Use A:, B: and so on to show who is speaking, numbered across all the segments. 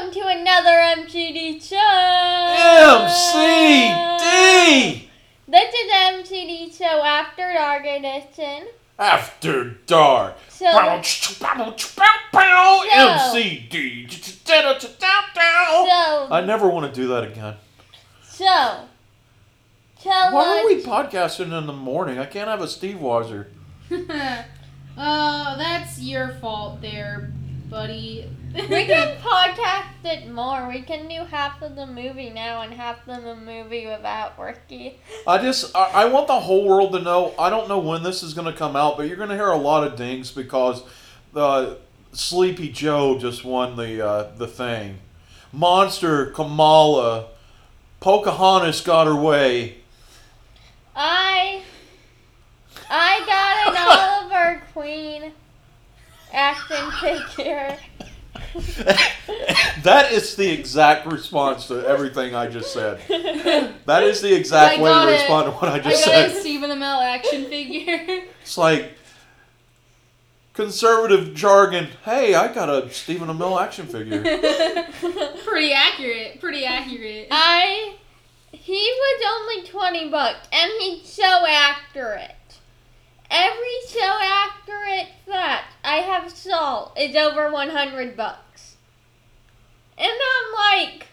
A: another MTD show.
B: MCD!
A: This is MTD show after dark edition.
B: After Dark.
A: So
B: Bounce, bounce, bow, bow,
A: So-
B: MCD. da, da, da, da, da. I
A: so
B: never want to do that again.
A: so tell
B: Why
A: us.
B: are we podcasting in the morning? I can't have a Steve Weiser.
C: oh, that's your fault there, buddy.
A: we can podcast it more. We can do half of the movie now and half of the movie without Ricky.
B: I just, I, I want the whole world to know. I don't know when this is going to come out, but you're going to hear a lot of dings because uh, Sleepy Joe just won the uh, the thing. Monster Kamala, Pocahontas got her way.
A: I I got an Oliver Queen action figure.
B: that is the exact response to everything I just said.
C: I
B: That is the exact
C: I
B: way
C: got
B: to
C: it.
B: respond to what I just
C: got a
B: said.
C: Stephen Amell action figure.
B: It's like conservative jargon. Hey, I got a Stephen Amell action figure.
C: pretty accurate. Pretty accurate.
A: I he was only twenty bucks and he's so accurate. Every so accurate that I have sold is over one hundred bucks. And I'm like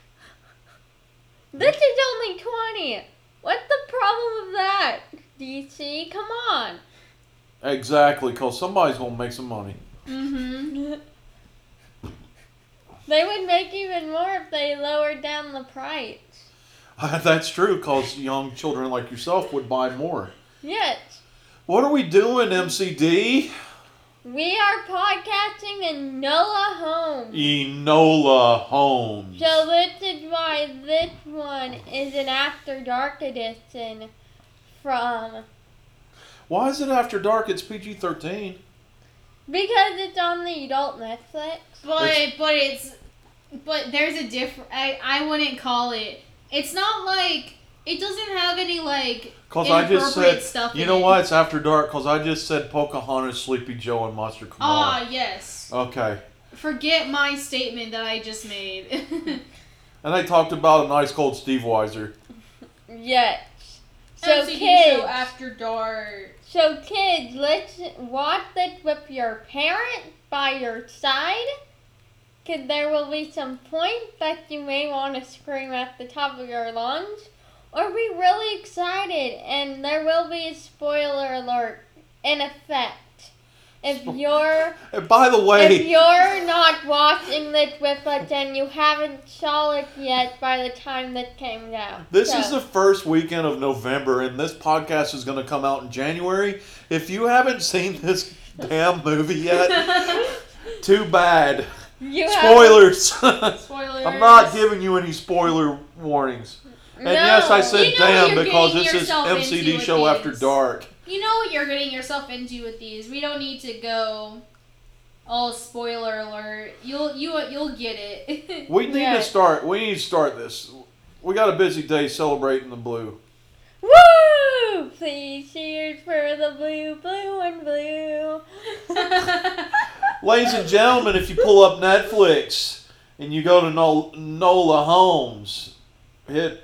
A: this is only twenty. What's the problem with that, DC? Come on.
B: exactly, because somebody's gonna make some money.
C: Mm-hmm.
A: They would make even more if they lowered down the price.
B: That's true, because young children like yourself would buy more.
A: Yes,
B: What are we doing, MCD?
A: we are podcasting in Nola Home.
B: Enola Holmes.
A: So this is why this one is an After Dark edition from
B: Why is it after dark? It's PG 13.
A: because it's on the adult Netflix.
C: But
B: It's-
C: but it's but there's a different. I I wouldn't call it. It's not like it doesn't have any like.
B: Because I just said,
C: Inappropriate stuff
B: you
C: in
B: know
C: it.
B: why it's after dark? Because I just said Pocahontas, Sleepy Joe, and Monster Kamala.
C: Ah yes.
B: okay.
C: Forget my statement that I just made.
B: And they talked about a nice cold Steve Weiser.
A: Yes. So
C: MCD
A: kids,
C: show after dark.
A: so kids, let's watch this with your parent by your side. Cause there will be some points that you may want to scream at the top of your lungs, or be really excited, and there will be a spoiler alert in effect. If
B: Spo-
A: you're
B: And by the
A: if
B: way,
A: you're not watching this with us and you haven't saw it yet by the time this came out,
B: this
A: so-
B: is the first weekend of November, and this podcast is going to come out in January. If you haven't seen this damn movie yet, too bad.
A: you have-
B: Spoilers.
C: Spoilers.
B: I'm not giving you any spoiler warnings. And
A: No.
B: yes, I said
C: You know
B: damn
C: you're
B: because
C: getting
B: this is
C: yourself into
B: MCD
C: with
B: show after
C: these.
B: dark.
C: You know what you're getting yourself into with these. We don't need to go all spoiler alert. You'll you you'll get it.
B: We need
A: Yeah.
B: to start. We need to start this. We got a busy day celebrating the blue.
A: Woo! Please cheers for the blue, blue, and blue.
B: Ladies and gentlemen, if you pull up Netflix and you go to Nol- Nola Holmes, hit.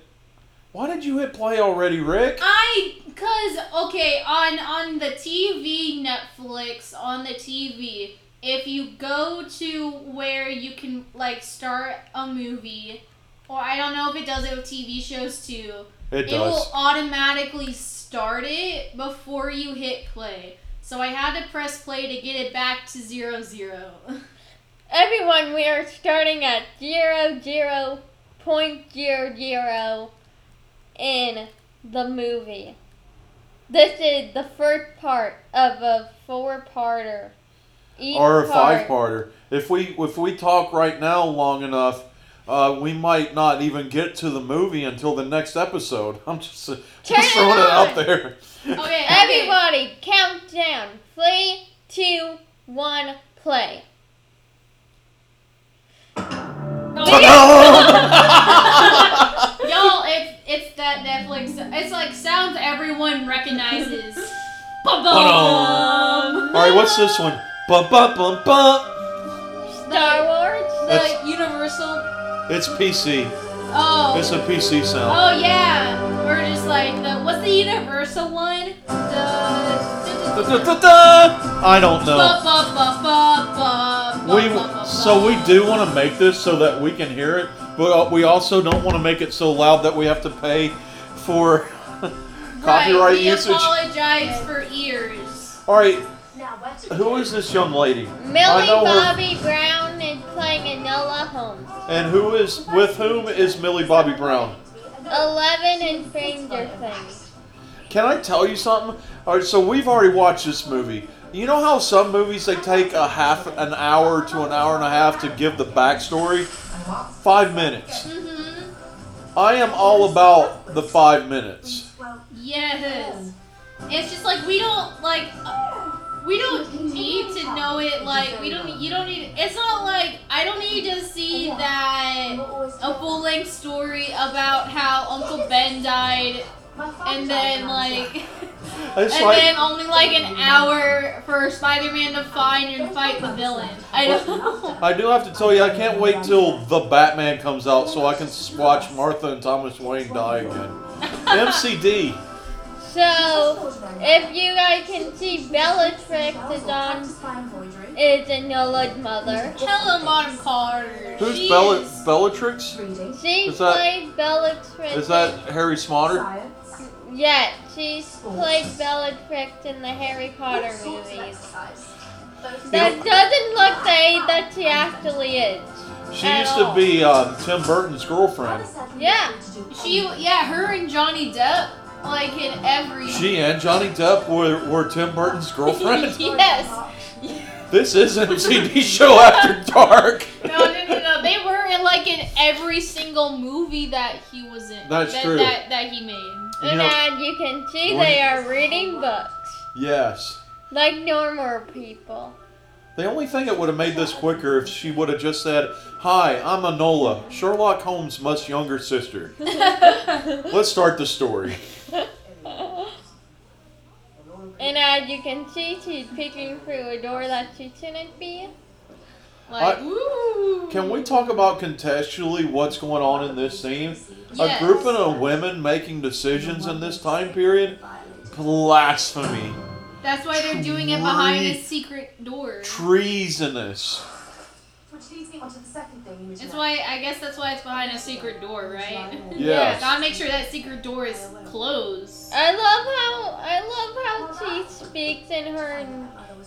B: Why did you hit play already, Rick?
C: I cuz okay, on on the TV Netflix on the TV, if you go to where you can like start a movie or I don't know if it does it with TV shows too.
B: It
C: it will
B: does.
C: automatically start it before you hit play. So I had to press play to get it back to zero zero.
A: Everyone, we are starting at zero zero point zero zero in the movie. This is the first part of a four-parter. Each
B: Or a
A: part-
B: five-parter. If we if we talk right now long enough, uh, we might not even get to the movie until the next episode. I'm just,
A: Turn
B: just throwing it
A: it
B: out
A: on.
B: there.
C: Okay, everyone.
A: Everybody, count down. Three, two, one, play.
B: Ta-da!
C: Y'all, it's it's that Netflix. It's like sounds everyone recognizes. Ba-bum.
B: All right, what's this one? Bum bum bum bum.
A: Star Wars.
C: The
B: That's-
C: Universal
B: It's PC.
C: Oh.
B: It's a PC sound.
C: Oh yeah, or just like the what's the universal one?
B: Da,
C: The
B: da, da, da. I don't know. We so we do want to make this so that we can hear it, but uh, we also don't want to make it so loud that we have to pay for copyright
C: right, we
B: usage.
C: apologize for ears.
B: All right,
D: Now what's
B: who is this young lady? I
A: Millie
B: know we're-
A: Bobby Brown is playing Enola Holmes.
B: And who is with whom is Millie Bobby Brown?
A: Eleven and Stranger Things.
B: Can I tell you something? All right, so we've already watched this movie. You know how some movies they take a half an hour to an hour and a half to give the backstory? Five minutes.
C: Mm-hmm.
B: I am all about the five minutes.
C: Yes. It's just like we don't like uh, we don't need to know it like we don't you don't need it's not like I don't need to see that a full length story about how Uncle Ben died and then like
B: It's
C: and
B: like
C: then only like an hour for Spider-Man to find and fight the villain. I don't know.
B: I do have to tell you, I can't wait till the Batman comes out so I can s- watch Martha and Thomas Wayne die again. MCD.
A: So if you guys can see Bellatrix is on is Enola's mother.
C: Hello, Mom Carter.
B: Who's
C: She
B: Bella,
C: is-
B: Bellatrix?
A: She
B: Is that-
A: played Bellatrix.
B: Is that Harry Smotter?
A: Yes, she's played Bellatrix in the Harry Potter movies. That doesn't look the age that she actually is.
B: She
A: At
B: used to
A: all.
B: be uh, Tim Burton's girlfriend.
A: Yeah.
C: She yeah, her and Johnny Depp like in every
B: She and Johnny Depp were, were Tim Burton's girlfriend.
C: yes.
B: this is MCD Show After Dark.
C: No, no, no, no. They were in like in every single movie that he was in.
B: That's
C: that,
B: true.
C: That, that he made.
B: You
A: And
B: know-
A: as you can see,
B: What-
A: they are reading books
B: Yes.
A: like normal people.
B: The only thing that would have made this quicker if she would have just said, Hi, I'm Anola, Sherlock Holmes' much younger sister. Let's start the story.
A: And as you can see, she's peeking through a door that she shouldn't be.
C: Like
B: I-
C: ooh.
B: Can we talk about contextually what's going on in this scene?
C: Yes.
B: A grouping of women making decisions in this time period? Blasphemy.
C: That's why they're doing it behind a
B: Tree-
C: secret door.
B: Treasonous.
D: Which leads me on to the second thing.
C: That's why I guess that's why it's behind a secret door, right?
B: Yes.
C: Gotta make sure that secret door is closed.
A: I love how I love how she speaks in her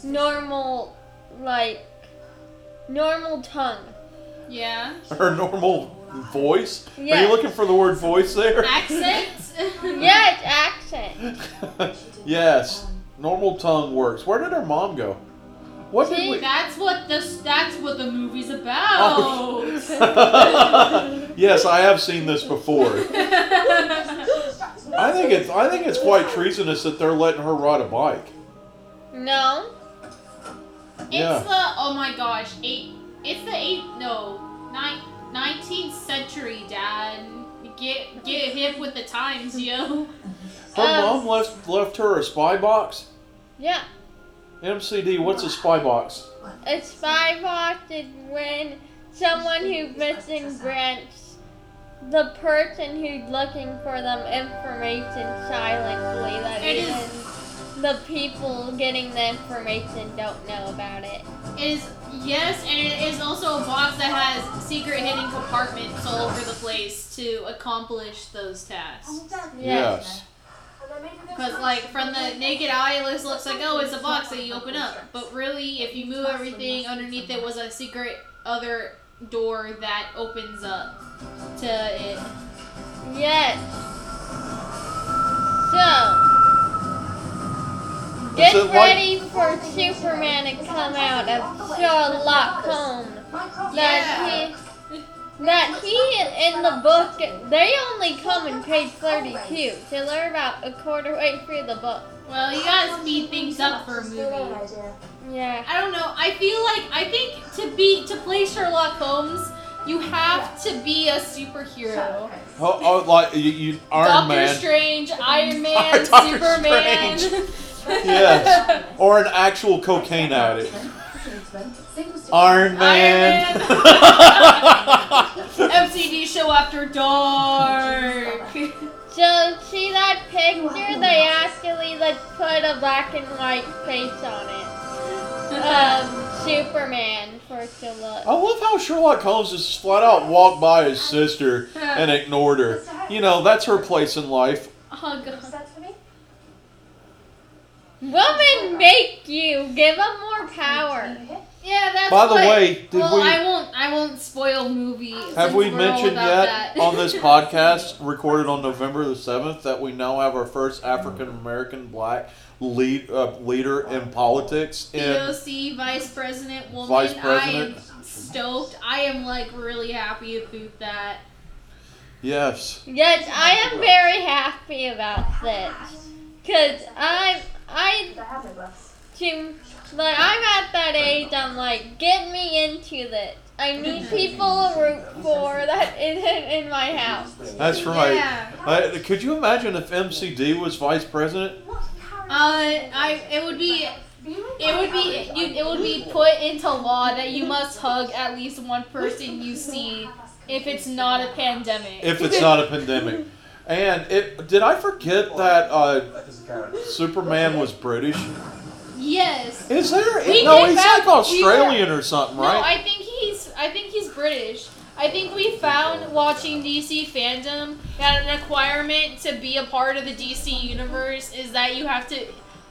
A: normal, like normal tongue.
C: Yeah.
B: Her normal voice? Are you
A: Yes.
B: looking for the word voice there?
C: Accent?
A: Yes, accent.
B: yes. Normal tongue works. Where did her mom go? What did
A: She-
B: we?
C: That's what this. That's what the movie's about.
B: Oh, yes, I have seen this before. I think it's I think it's quite treasonous that they're letting her ride a bike.
A: No.
B: Yeah.
C: It's the oh my gosh eight. It's the eight no nine, 19th century dad. Get get hip with the times, yo.
B: Her
A: Um,
B: mom left left her a spy box.
A: Yeah.
B: MCD, what's a spy box?
A: A spy box is when someone who's missing grants the person who's looking for them information silently. That
C: It is-
A: even the people getting the information don't know about it.
C: It is yes, and it is also a box that has secret hidden compartments all over the place to accomplish those tasks.
D: Oh,
A: Yes.
C: Because, like, from the naked eye, it just looks like, oh, it's a box that you open up. But really, if you move everything underneath it, was a secret other door that opens up to it.
A: Yes. So. Get
B: it like-
A: ready for Superman to come out of Sherlock Holmes. That he, that he in the book, they only come in page 32. So they're about a quarter way through the book.
C: Well, you gotta speed things up for a movie.
A: Yeah.
C: I don't know. I feel like I think to be to play Sherlock Holmes, you have to be a superhero.
B: Oh, oh like you, you Iron
C: Doctor
B: Man.
C: Strange, Iron Man,
B: Doctor
C: Superman.
B: Strange. Yes. Or an actual cocaine addict.
D: Tradesman, singles to
B: Iron Man.
C: Man. MTV show after dark.
A: So see that picture?
D: Wow.
A: They actually like put a black and white face on it.
C: Uh,
A: Um, Superman for it to look.
B: I love how Sherlock Holmes just flat out walked by his sister and ignored her. You know, that's her place in life.
C: oh god.
D: Upset for me?
A: Women make you give them more power.
D: Are you here?
C: Yeah, that's.
B: By the
C: what-
B: way, did
C: well,
B: we-
C: I won't. I won't spoil movies.
B: Have
C: since
B: we
C: we're all
B: mentioned
C: about
B: yet
C: that.
B: on this podcast, recorded on November the 7th, that we now have our first African American black lead uh, leader in politics? And
C: POC vice president woman.
B: Vice president.
C: I am stoked. I am like really happy about that.
B: yes,
A: Yes, I am very happy about this. Cause I'm I
D: I have no gloves.
A: to like I'm at that age. I'm like, get me into this. I need people to root for that isn't in my house.
B: that's right.
C: Yeah.
B: Uh, could you imagine if MCD was vice president?
C: Uh,
D: What carrot?
C: I. It would be. It would be you, it would be put into law that you must hug at least one person you see if it's not a pandemic.
B: If it's not a pandemic. And it, did I forget that uh, Superman was British?
C: yes.
B: Is there?
C: We
B: no,
C: did
B: he's
C: back-
B: like Australian or something,
C: No,
B: right?
C: I think he's I think he's British. I think we found watching DC fandom that an requirement to be a part of the DC universe is that you have to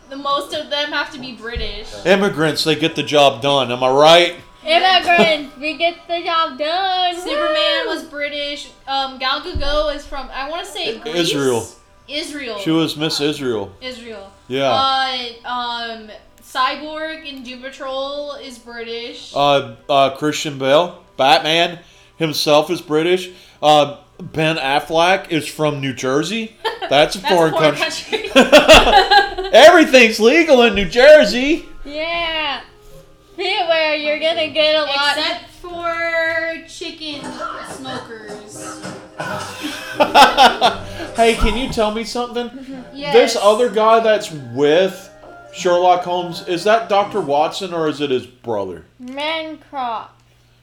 C: the most of them have to be British.
B: Immigrants, they get the job done. Am I right?
A: Immigrants, we get the job done.
C: Superman
A: Woo!
C: was British. Um, Gal Gadot is from I want to say Greece.
B: Israel.
C: Israel.
B: She was Miss Israel.
C: Israel.
B: Yeah.
C: Uh, um, Cyborg and Doom Patrol is British.
B: Uh, uh, Christian Bale, Batman himself is British. Uh, ben Affleck is from New Jersey. That's a
C: That's
B: foreign,
C: a foreign
B: country.
C: country.
B: Everything's legal in New Jersey.
A: Yeah. Be aware, you're gonna get a lot.
C: Except for chicken smokers.
B: hey, can you tell me something?
C: Yes.
B: This other guy that's with Sherlock Holmes is that Doctor Watson or is it his brother?
A: Minecraft.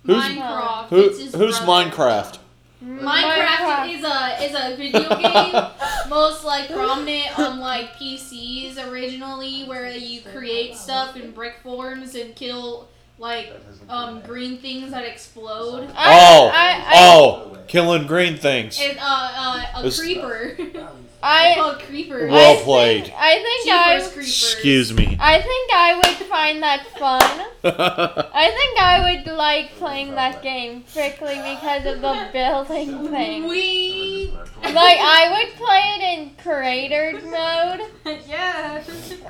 B: Who's-
C: Minecraft.
B: Who,
C: it's his
B: who's
C: brother.
B: Minecraft?
C: Minecraft is a is a video game most like prominent on like PCs originally, where you create stuff in brick forms and kill like um green things that explode.
A: I-
B: oh,
A: I, I,
B: oh, killing green things.
C: And, uh, uh, a
B: It's-
C: creeper.
A: I,
C: called creeper.
A: I
B: Well
A: think-
B: played.
A: I think I,
C: Jeepers creepers.
B: Excuse me.
A: I think I would find that fun. I think I would like playing that game strictly because of the building thing.
C: We.
A: Like I would play it in creator mode
C: yeah.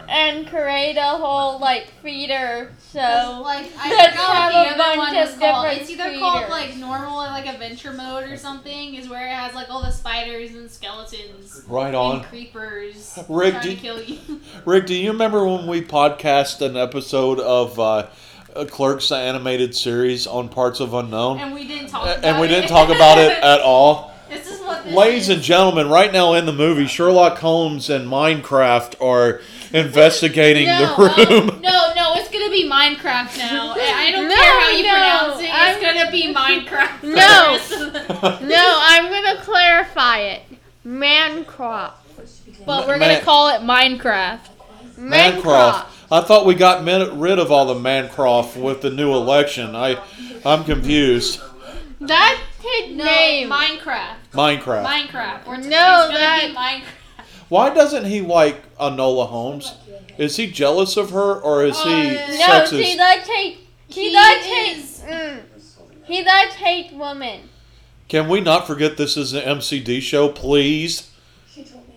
A: and create a whole like feeder. So
C: like I
A: Let's
C: forgot
A: have
C: what
A: a
C: the other one
A: bunch
C: is
A: of
C: called.
A: different
C: It's either called
A: feeders.
C: like normal or like adventure mode or something. Is where it has like all the spiders and skeletons
B: right on.
C: and creepers
B: Rick,
C: trying
B: do-
C: to kill you.
B: Rick, do you remember when we podcast an episode of uh, uh, Clerks the animated series on Parts of Unknown?
C: and we didn't talk.
B: A-
C: about
B: And we
C: it.
B: didn't talk about it at all.
C: this is what this
B: Ladies and
C: is.
B: gentlemen, right now in the movie, Sherlock Holmes and Minecraft are investigating
C: No,
B: the room.
C: um, no, no, it's gonna be Minecraft now. I I don't
A: No,
C: care how you
A: no,
C: pronounce it. It's
A: I'm-
C: gonna be Minecraft. for
A: No.
C: the rest of the-
A: no, I'm gonna clarify it. Mancroft.
C: But we're
B: Man-
C: gonna call it Minecraft.
B: Mancroft. I thought we got men- rid of all the Mancroft with the new election. I, I'm confused.
A: That's his
C: No,
A: name.
C: Minecraft.
B: Minecraft.
C: Minecraft.
A: No,
C: We're it's gonna
A: that-
C: be Minecraft.
B: Why doesn't he like Anola Holmes? Is he jealous of her or is he
C: Uh,
A: no,
B: sexist?
A: she does hate. She
C: He
A: does hate.
C: is-
A: Mm, he does hate women.
B: Can we not forget this is an MCD show, please?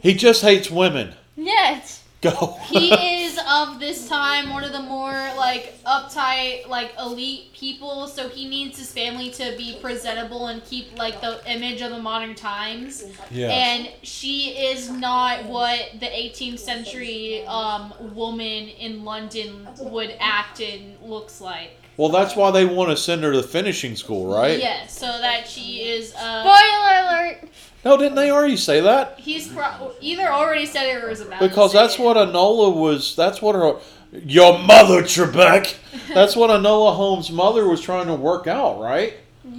B: He just hates women.
A: Yes.
B: Go.
C: he is of this time one of the more like uptight like elite people so he needs his family to be presentable and keep like the image of the modern times
B: yeah.
C: and she is not what the 18th century um, woman in london would act and looks like
B: Well, that's why they want to send her to finishing school, right?
C: yes so that she is uh,
A: Spoiler alert.
B: No, didn't they already say that?
C: he's pro- either already said it or is about to
B: Because
C: say
B: that's
C: it.
B: what Anola was. That's what her Your mother, Trebek. That's what Anola Holmes' mother was trying to work out, right?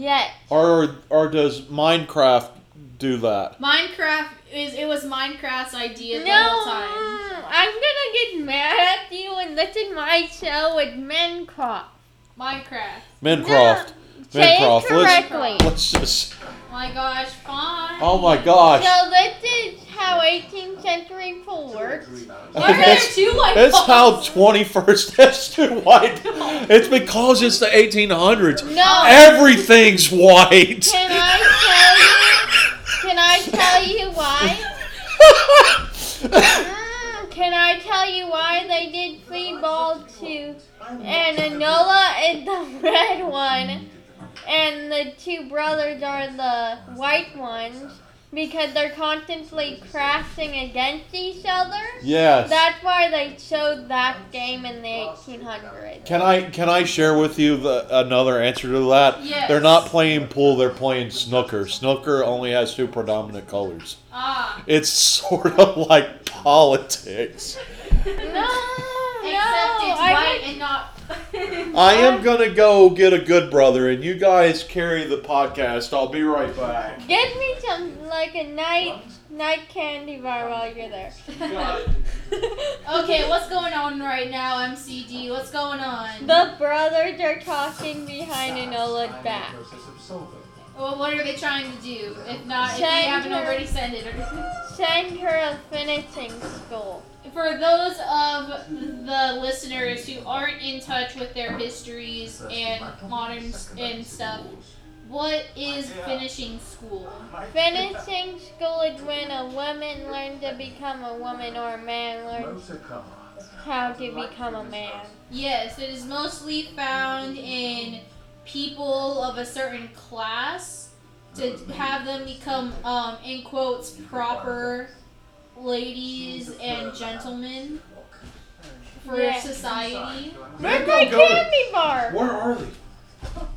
A: Yes.
B: Or or does Minecraft do that?
C: Minecraft is it was Minecraft's idea
A: No,
C: the whole time.
A: mm, I'm gonna get mad at you and listen to my show with Minecraft.
C: Minecraft.
B: Minecraft.
A: No, say
B: Minecraft.
A: it
B: Let's,
A: correctly.
B: let's just.
C: My gosh, fine.
B: Oh my gosh.
A: So this is how 18th century pool works.
C: Why are there
B: That's-
C: two white
B: That's how
C: balls?
B: 21st. That's too white. It's because it's the 1800s.
A: No,
B: Everything's white.
A: can I tell you? Can I tell you why? Mm, can I tell you why they did free ball too? And Anola is the red one, and the two brothers are the white ones because they're constantly crashing against each other.
B: yes.
A: That's why they chose that game in the 1800s.
B: Can I can I share with you the, another answer to that?
C: Yes.
B: They're not playing pool. They're playing snooker. Snooker only has two predominant colors.
C: Ah.
B: It's sort of like politics.
A: No, no,
C: Except it's white
A: I
C: and not.
B: I am gonna go get a good brother, and you guys carry the podcast. I'll be right back.
A: would- Give me some like a night night candy bar while you're there.
C: okay, what's going on right now, MCD? What's going on?
A: The brothers are talking behind Enola's back.
C: Well, what are they trying to do? If not, if you
A: Send
C: haven't
A: her-
C: already sent it.
A: Send her a finishing school.
C: For those of the listeners who aren't in touch with their histories and modern s- and stuff, what is finishing school?
A: Finishing school is when a woman learns to become a woman or a man learns how to become a man.
C: Yes, it is mostly found in people of a certain class to have them become, um, in quotes, proper ladies and gentlemen for
A: Yeah.
C: society.
A: Where's my candy bar?
B: Where are they?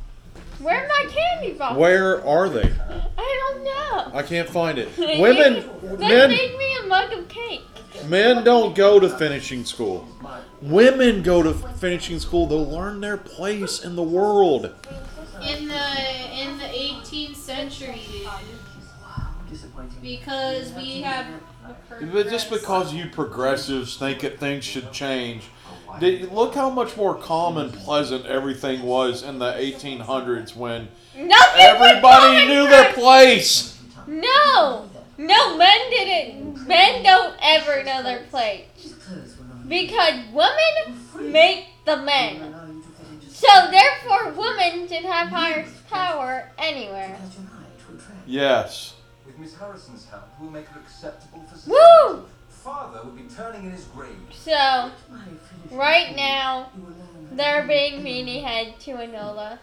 A: Where's my candy bar?
B: Where are they?
A: I don't know.
B: I can't find it. Women,
A: They
B: men,
A: made me a mug of cake.
B: men don't go to finishing school. Women go to finishing school to learn their place in the world.
C: In the in the 18th century, because we have.
B: But just
C: progressed.
B: because you progressives think that things should change, did, look how much more calm and pleasant everything was in the 1800s when
A: Nothing
B: everybody knew their place.
A: No! No, men didn't. Men don't ever know their place. Because women make the men. So therefore, women should have higher power anywhere.
B: Yes.
E: With Miss Harrison's help, we'll make her acceptable for society.
A: Woo!
E: Father will be turning in his grave.
A: So, right now, they're being meanie head to Enola.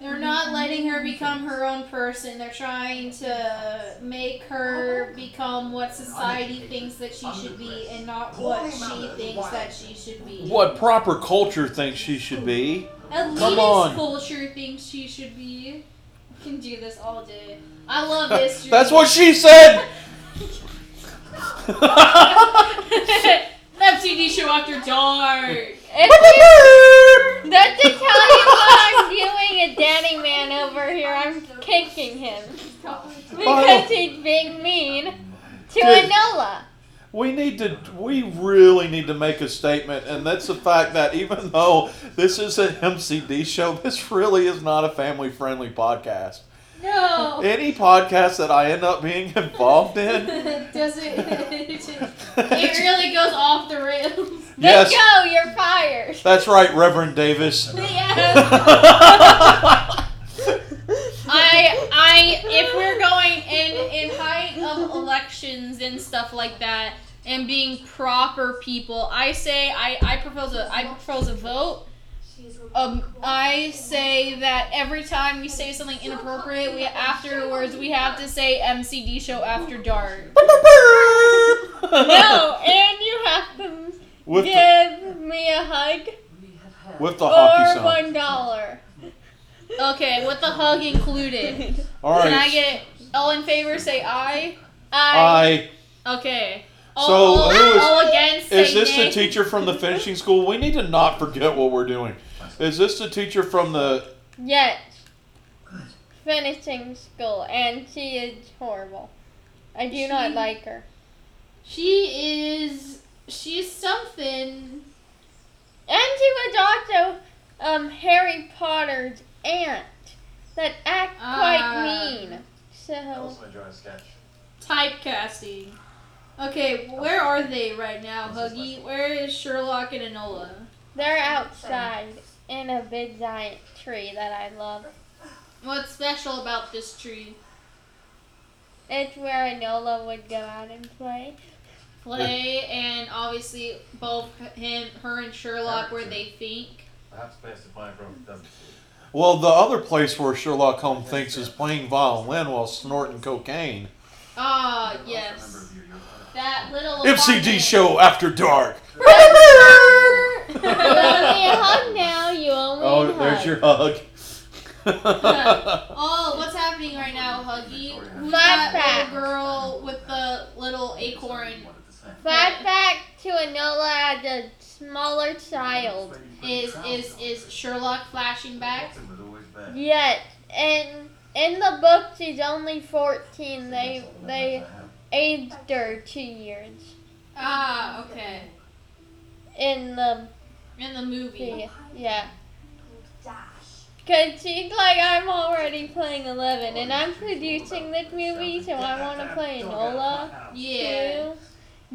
C: They're not letting her become her own person. They're trying to make her become what society thinks that she should be and not what she thinks that she should be.
B: What proper culture thinks she should be. Come on.
C: Elitist culture thinks she should be. We can do this all day. I love history.
B: That's what she said.
C: FTD show after dark.
A: If you, that's Italian what I'm doing a daddy man over here. I'm kicking him.
B: Oh.
A: Because he's being mean to
B: Good.
A: Enola.
B: We need to, we really need to make a statement, and that's the fact that even though this is an MCD show, this really is not a family friendly podcast.
C: No.
B: Any podcast that I end up being involved in,
C: Does it? it really goes off the rails.
A: Yes.
B: yes,
A: Go, you're fired.
B: that's right, Reverend Davis.
C: Yeah. I I if we're going in in height of elections and stuff like that and being proper people, I say I I propose a I propose a vote. Um, I say that every time we say something inappropriate, we afterwards we have to say MCD show after dark.
A: no, Oh, and you have to
B: with the,
A: give me a hug
B: with the hockey
A: or
B: sound.
A: one dollar.
C: Okay, with the hug included.
B: All right.
C: Can I get all in favor? Say aye.
A: I
B: I
C: Okay.
B: So,
C: all,
B: who is-
C: all against
B: Is
C: Saint
B: this the
C: Nick.
B: teacher from the finishing school? We need to not forget what we're doing. Is this the teacher from the?
A: Yes. Finishing school, and she is horrible. I do not
C: She-
A: like her.
C: She is. She's something.
A: And she was also um, Harry Potter's aunt that act
C: Ah.
A: quite mean. So
E: Also enjoying a sketch.
C: Typecasting. Okay, where are they right now, Huggy? Where is Sherlock and Enola?
A: they're outside in a big giant tree that I love.
C: What's special about this tree?
A: It's where Enola would go out and play.
C: Play and obviously both him, her, and Sherlock where they think.
E: Perhaps best to find from them.
B: Well, the other place where Sherlock Holmes thinks is playing violin while snorting cocaine.
C: Ah, yes. That little.
B: MCD
C: apartment.
B: show after dark.
A: You owe me a hug now. You owe me
B: Oh,
A: a
B: there's
A: hug.
B: your hug.
C: Oh, what's happening right now, Huggy? Who's
A: Flat
C: that
A: back.
C: little girl with the little acorn?
A: Flash back to Enola as a smaller child.
C: Is is is Sherlock flashing back?
A: Yes, and in the book she's only 14. They they aged her two years
C: Ah, okay.
A: in the
C: In the movie.
A: yeah, yeah. Cause she's like I'm already playing 11, and I'm producing this movie, so I want to play Enola.
C: Yeah.
A: too.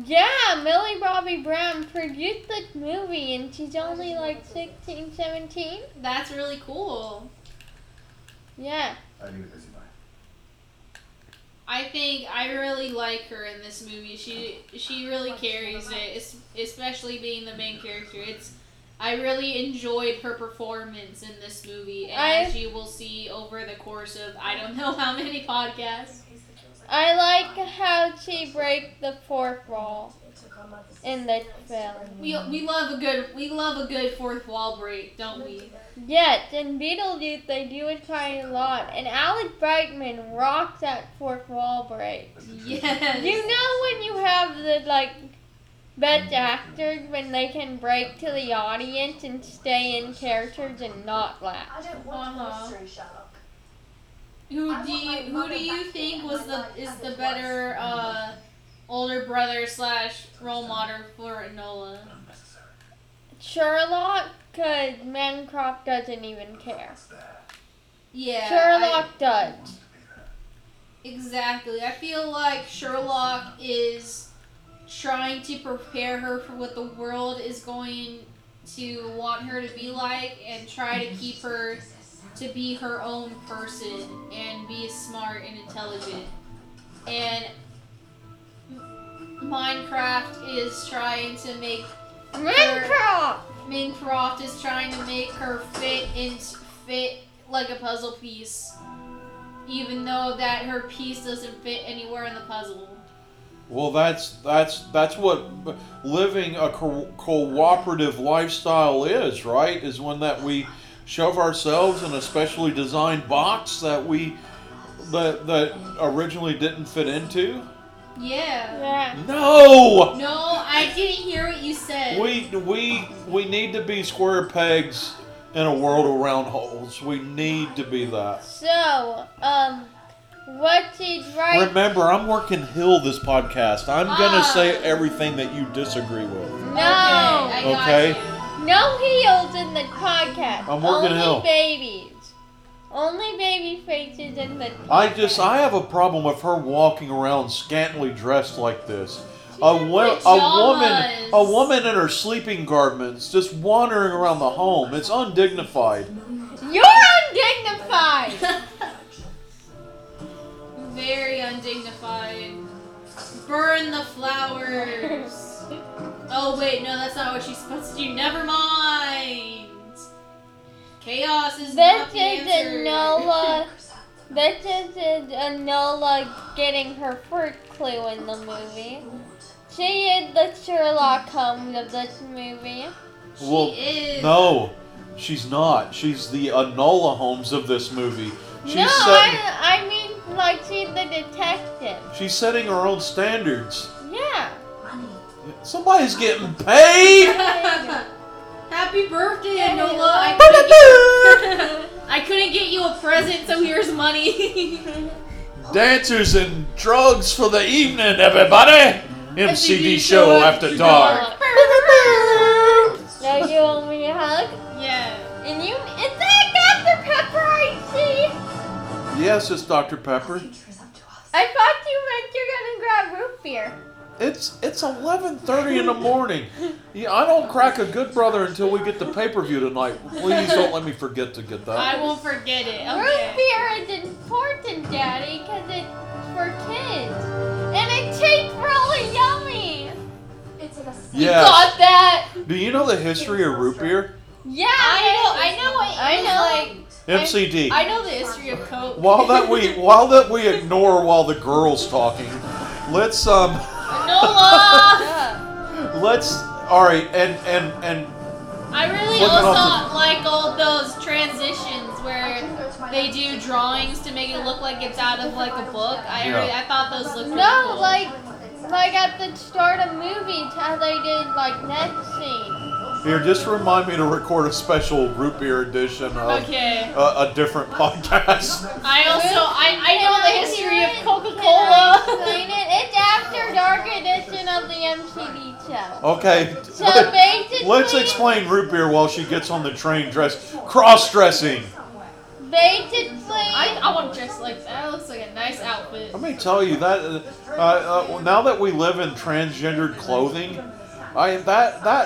A: Yeah, Millie Bobby Brown produced this movie and she's only like 16, 17.
C: That's really cool.
A: Yeah.
C: I think I really like her in this movie. She she really carries it, es- especially being the main character. It's I really enjoyed her performance in this movie, and
A: I-
C: as you will see over the course of I don't know how many podcasts.
A: I like how she break the fourth wall in the film.
C: We, we love a good we love a good fourth wall break, don't we?
A: Yes, in Beetlejuice they do it quite a lot, and Alec Brightman rocks that fourth wall break.
C: Yes.
A: You know when you have the like best actors when they can break to the audience and stay in characters and not laugh.
D: I don't want
C: Uh-huh.
D: a mystery, Sherlock.
C: Who do you, who do you think was the is the better uh, older brother slash role model for Enola?
A: Sherlock, cause Mancroft doesn't even care.
C: Yeah,
A: Sherlock does.
C: I- exactly. I feel like Sherlock is trying to prepare her for what the world is going to want her to be like, and try to keep her to be her own person and be smart and intelligent. And Minecraft is trying to make
A: Mancroft.
C: Minecraft is trying to make her fit and fit like a puzzle piece, even though that her piece doesn't fit anywhere in the puzzle.
B: Well, that's that's that's what b- living a co- cooperative lifestyle is, right? Is when that we shove ourselves in a specially designed box that we that that originally didn't fit into.
C: Yeah.
A: Yeah.
B: No,
C: No, I didn't hear what you said.
B: we we we need to be square pegs in a world of round holes. We need to be that.
A: So, um, what's he right?
B: Remember, I'm working hill this podcast. I'm gonna
C: Ah.
B: say everything that you disagree with.
C: Okay,
A: no,
C: I got
B: Okay.
C: you.
A: no heels in the podcast.
B: I'm working
A: Only
B: hill.
A: babies. Only baby faces in the.
B: I just
A: podcast.
B: I have a problem with her walking around scantily dressed like this. A, wo- a
C: Pajamas.
B: woman a woman in her sleeping garments just wandering around the home. It's undignified.
A: You're undignified.
C: Very undignified. Burn the flowers. oh wait, no, that's not what she's supposed to do. Never mind. Chaos
A: this
C: is not the
A: is
C: answer.
A: Enola. This is is Enola getting her first clue in the movie. She is the Sherlock Holmes of this movie.
C: She
B: Well,
C: is.
B: No, she's not. She's the Anola Holmes of this movie. She's
A: no,
B: setting,
A: I, I mean, like, she's the detective.
B: she's setting her own standards.
A: Yeah.
B: Somebody's getting paid.
C: Happy birthday, Nola. I couldn't, get,
B: Ba-ba-ba.
C: I couldn't get you a present, so here's money.
B: Dancers and drugs for the evening, everybody.
A: E
B: MCD show after dark.
A: Now you owe me a hug,
C: yeah.
A: and you. Is that Dr. Pepper I see?
B: Yes, it's Dr. Pepper.
A: I thought you meant you're gonna grab root beer.
B: It's it's eleven thirty in the morning. Yeah, I don't crack a good brother until we get the pay per view tonight. Please don't let me forget to get that.
C: I won't forget it.
A: Root
C: Okay.
A: beer is important, Daddy, because it's for kids. And it tastes really yummy.
D: It's like a s-
B: Yeah.
C: Got that.
B: Do you know the history of root beer?
A: Yeah.
C: I know. I know what it
A: I
C: was
A: know.
C: like.
B: MCD.
C: I know the history of Coke.
B: While that we while that we ignore while the girls talking, let's um
C: Nola.
A: Yeah.
B: let's all right and and and
C: I really
B: Flipping off
C: also like all those transitions where they do drawings to make it look like it's out of like a book. I
B: Yeah.
C: really, I thought those looked really
A: No,
C: cool.
A: like, like at the start of movies, how they did like next scene.
B: here just remind me to record a special root beer edition of
C: Okay.
B: a, a different podcast.
C: I also I, I know the history of Coca Cola.
A: Explain it. It's after dark edition of the MCD show.
B: Okay.
A: So basically,
B: Let's explain root beer while she gets on the train dressed cross dressing.
A: Basically,
C: I, I want to dress like that. That looks like a nice outfit.
B: Let me tell you that uh, uh, uh, now that we live in transgendered clothing, I that that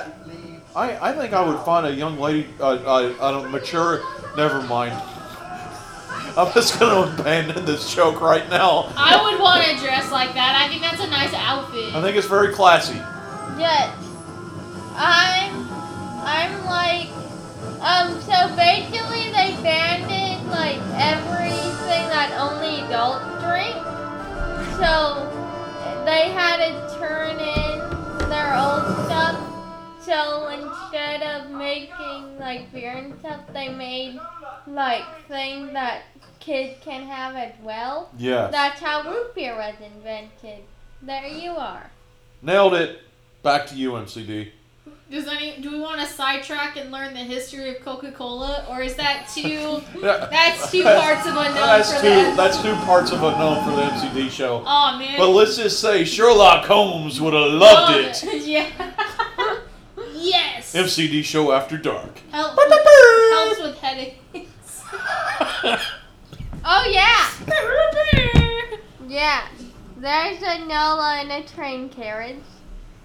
B: I, I think I would find a young lady uh, uh, a mature. Never mind. I'm just gonna abandon this joke right now.
C: I would want to dress like that. I think that's a nice outfit.
B: I think it's very classy.
A: Yes. I'm I'm like um so basically they banded like everything that only adults drink. So they had to turn in their old stuff. So instead of making like beer and stuff they made like things that kids can have as well.
B: Yeah,
A: That's how root beer was invented. There you are.
B: nailed it. Back to you, MCD.
C: Does any do we want to sidetrack and learn the history of Coca Cola, or is that too?
B: Yeah.
C: that's two parts of unknown
B: That's
C: for
B: two.
C: that.
B: That's two parts of unknown for the MCD show.
C: Oh man.
B: But let's just say Sherlock Holmes would have loved
C: Love
B: it.
C: yeah. yes.
B: MCD show after dark.
C: Help, helps with headaches.
A: Oh yeah.
C: She's
A: Yeah, there's a Nola in a train carriage,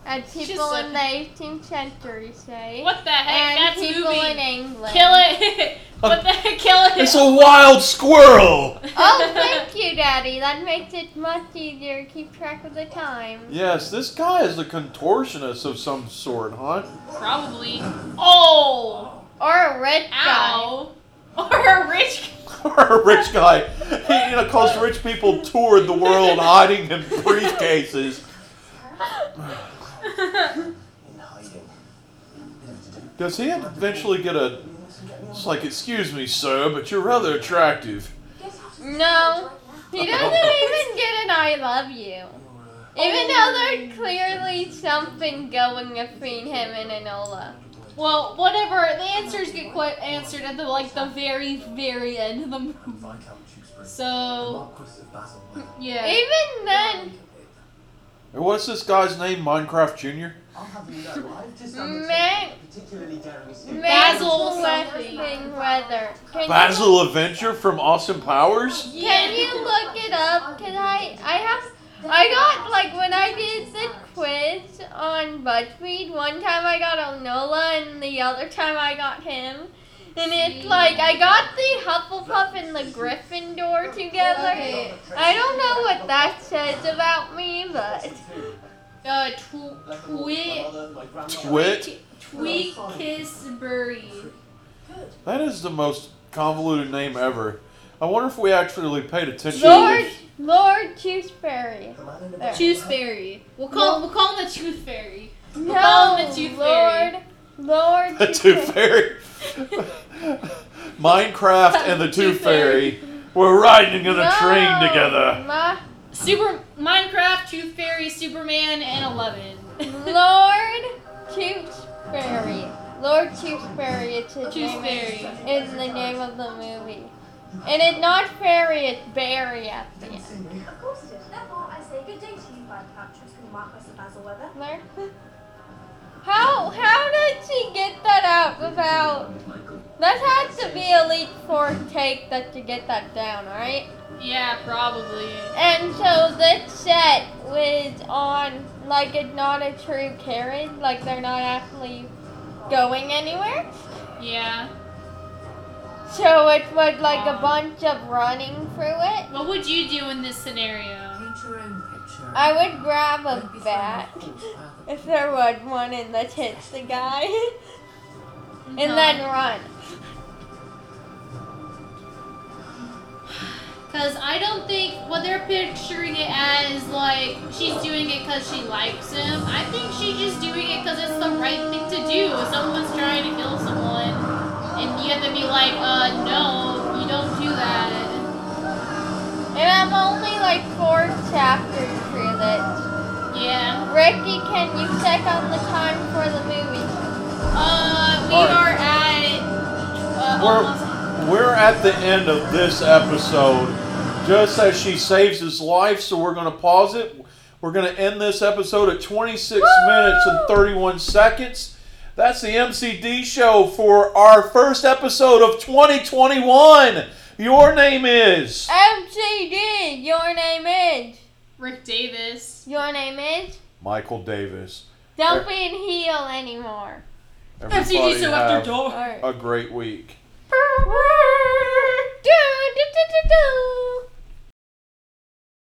A: and
C: She's
A: people
C: so-
A: in the 18th century say,
C: What the heck?
A: and
C: That's
A: people
C: movie.
A: in England.
C: Kill it. what the heck? Kill it.
B: It's a wild squirrel.
A: Oh, thank you, Daddy. That makes it much easier to keep track of the time.
B: Yes, this guy is a contortionist of some sort, huh?
C: Probably. Oh.
A: Or a red guy.
C: Ow. Or a rich.
B: Or a rich guy. He, you know, cause rich people toured the world hiding in briefcases. Does he eventually get a? It's like, excuse me, sir, but you're rather attractive.
A: No, he doesn't even get an I love you. Even
C: Oh.
A: though there's clearly something going between him and Enola.
C: Well, whatever. The answers get quite answered at the like the very, very end of the movie. So yeah.
A: Even then,
B: And What's this guy's name? Minecraft Junior.
A: man,
C: Basil
A: Basil
C: something.
A: something weather. Can you-
B: Basil Adventure from Austin Powers.
A: Can you look it up? Cause I I have I got like when I did the quiz on BuzzFeed, one time I got Onola and the other time I got him. And it's like I got the Hufflepuff and the Gryffindor together.
C: Okay.
A: I don't know what that says about me, but
C: Uh, tw- twi-
B: Twit.
C: Tweakisbury.
B: That is the most convoluted name ever. I wonder if we actually paid attention.
A: Lord Lord Tewksbury.
C: Tooth fairy. We'll call we'll call him the tooth fairy.
A: No,
C: Call him the Tooth Fairy.
A: Lord Lord
B: the Tooth Fairy. Minecraft and the Tooth Fairy were riding in a train
A: No,
B: together.
A: my-
C: Super Minecraft, Tooth Fairy, Superman, and Eleven.
A: Lord Tewksbury. Lord Tewksbury is his
C: Tewksbury.
A: name. Is the name of the movie. And it's not fairy, it's Barry at the end.
D: Of course it is. Therefore, I say good day to you, Patrick, who mark us the basil weather.
A: Lord- How how did she get that out without? That has to be Elite Four take that to get that down, right?
C: Yeah, probably.
A: And so this set was on like it's not a true carriage, like they're not actually going anywhere.
C: Yeah.
A: So it was like a
C: Um.
A: bunch of running through it.
C: What would you do in this scenario?
F: Paint your own picture.
A: I would grab a
F: Don't be so
A: bat
F: unfortunate.
A: if there was one and that hits the guy, and
C: No.
A: then run.
C: Because I don't think, well, they're picturing it as like she's doing it because she likes him. I think she's just doing it because it's the right thing to do. If someone's trying to kill someone, and you have to be like, uh, no, you don't do that.
A: And I'm only like four chapters through this.
C: Yeah.
A: Ricky, can you check on the time for the movie?
C: Uh, we
B: Alright.
C: are at. Uh,
B: We're-
C: almost-
B: We're at the end of this episode. Just as she saves his life, so we're going to pause it. We're going to end this episode at 26 minutes and 31 seconds. That's the MCD show for our first episode of 2021. Your name is.
A: MCD, your name is.
C: Rick Davis.
A: Your name is.
B: Michael Davis.
A: Don't be in heel anymore.
B: Everybody have
C: dark.
A: Alright.
B: a great week.
A: Do, do, do, do, do.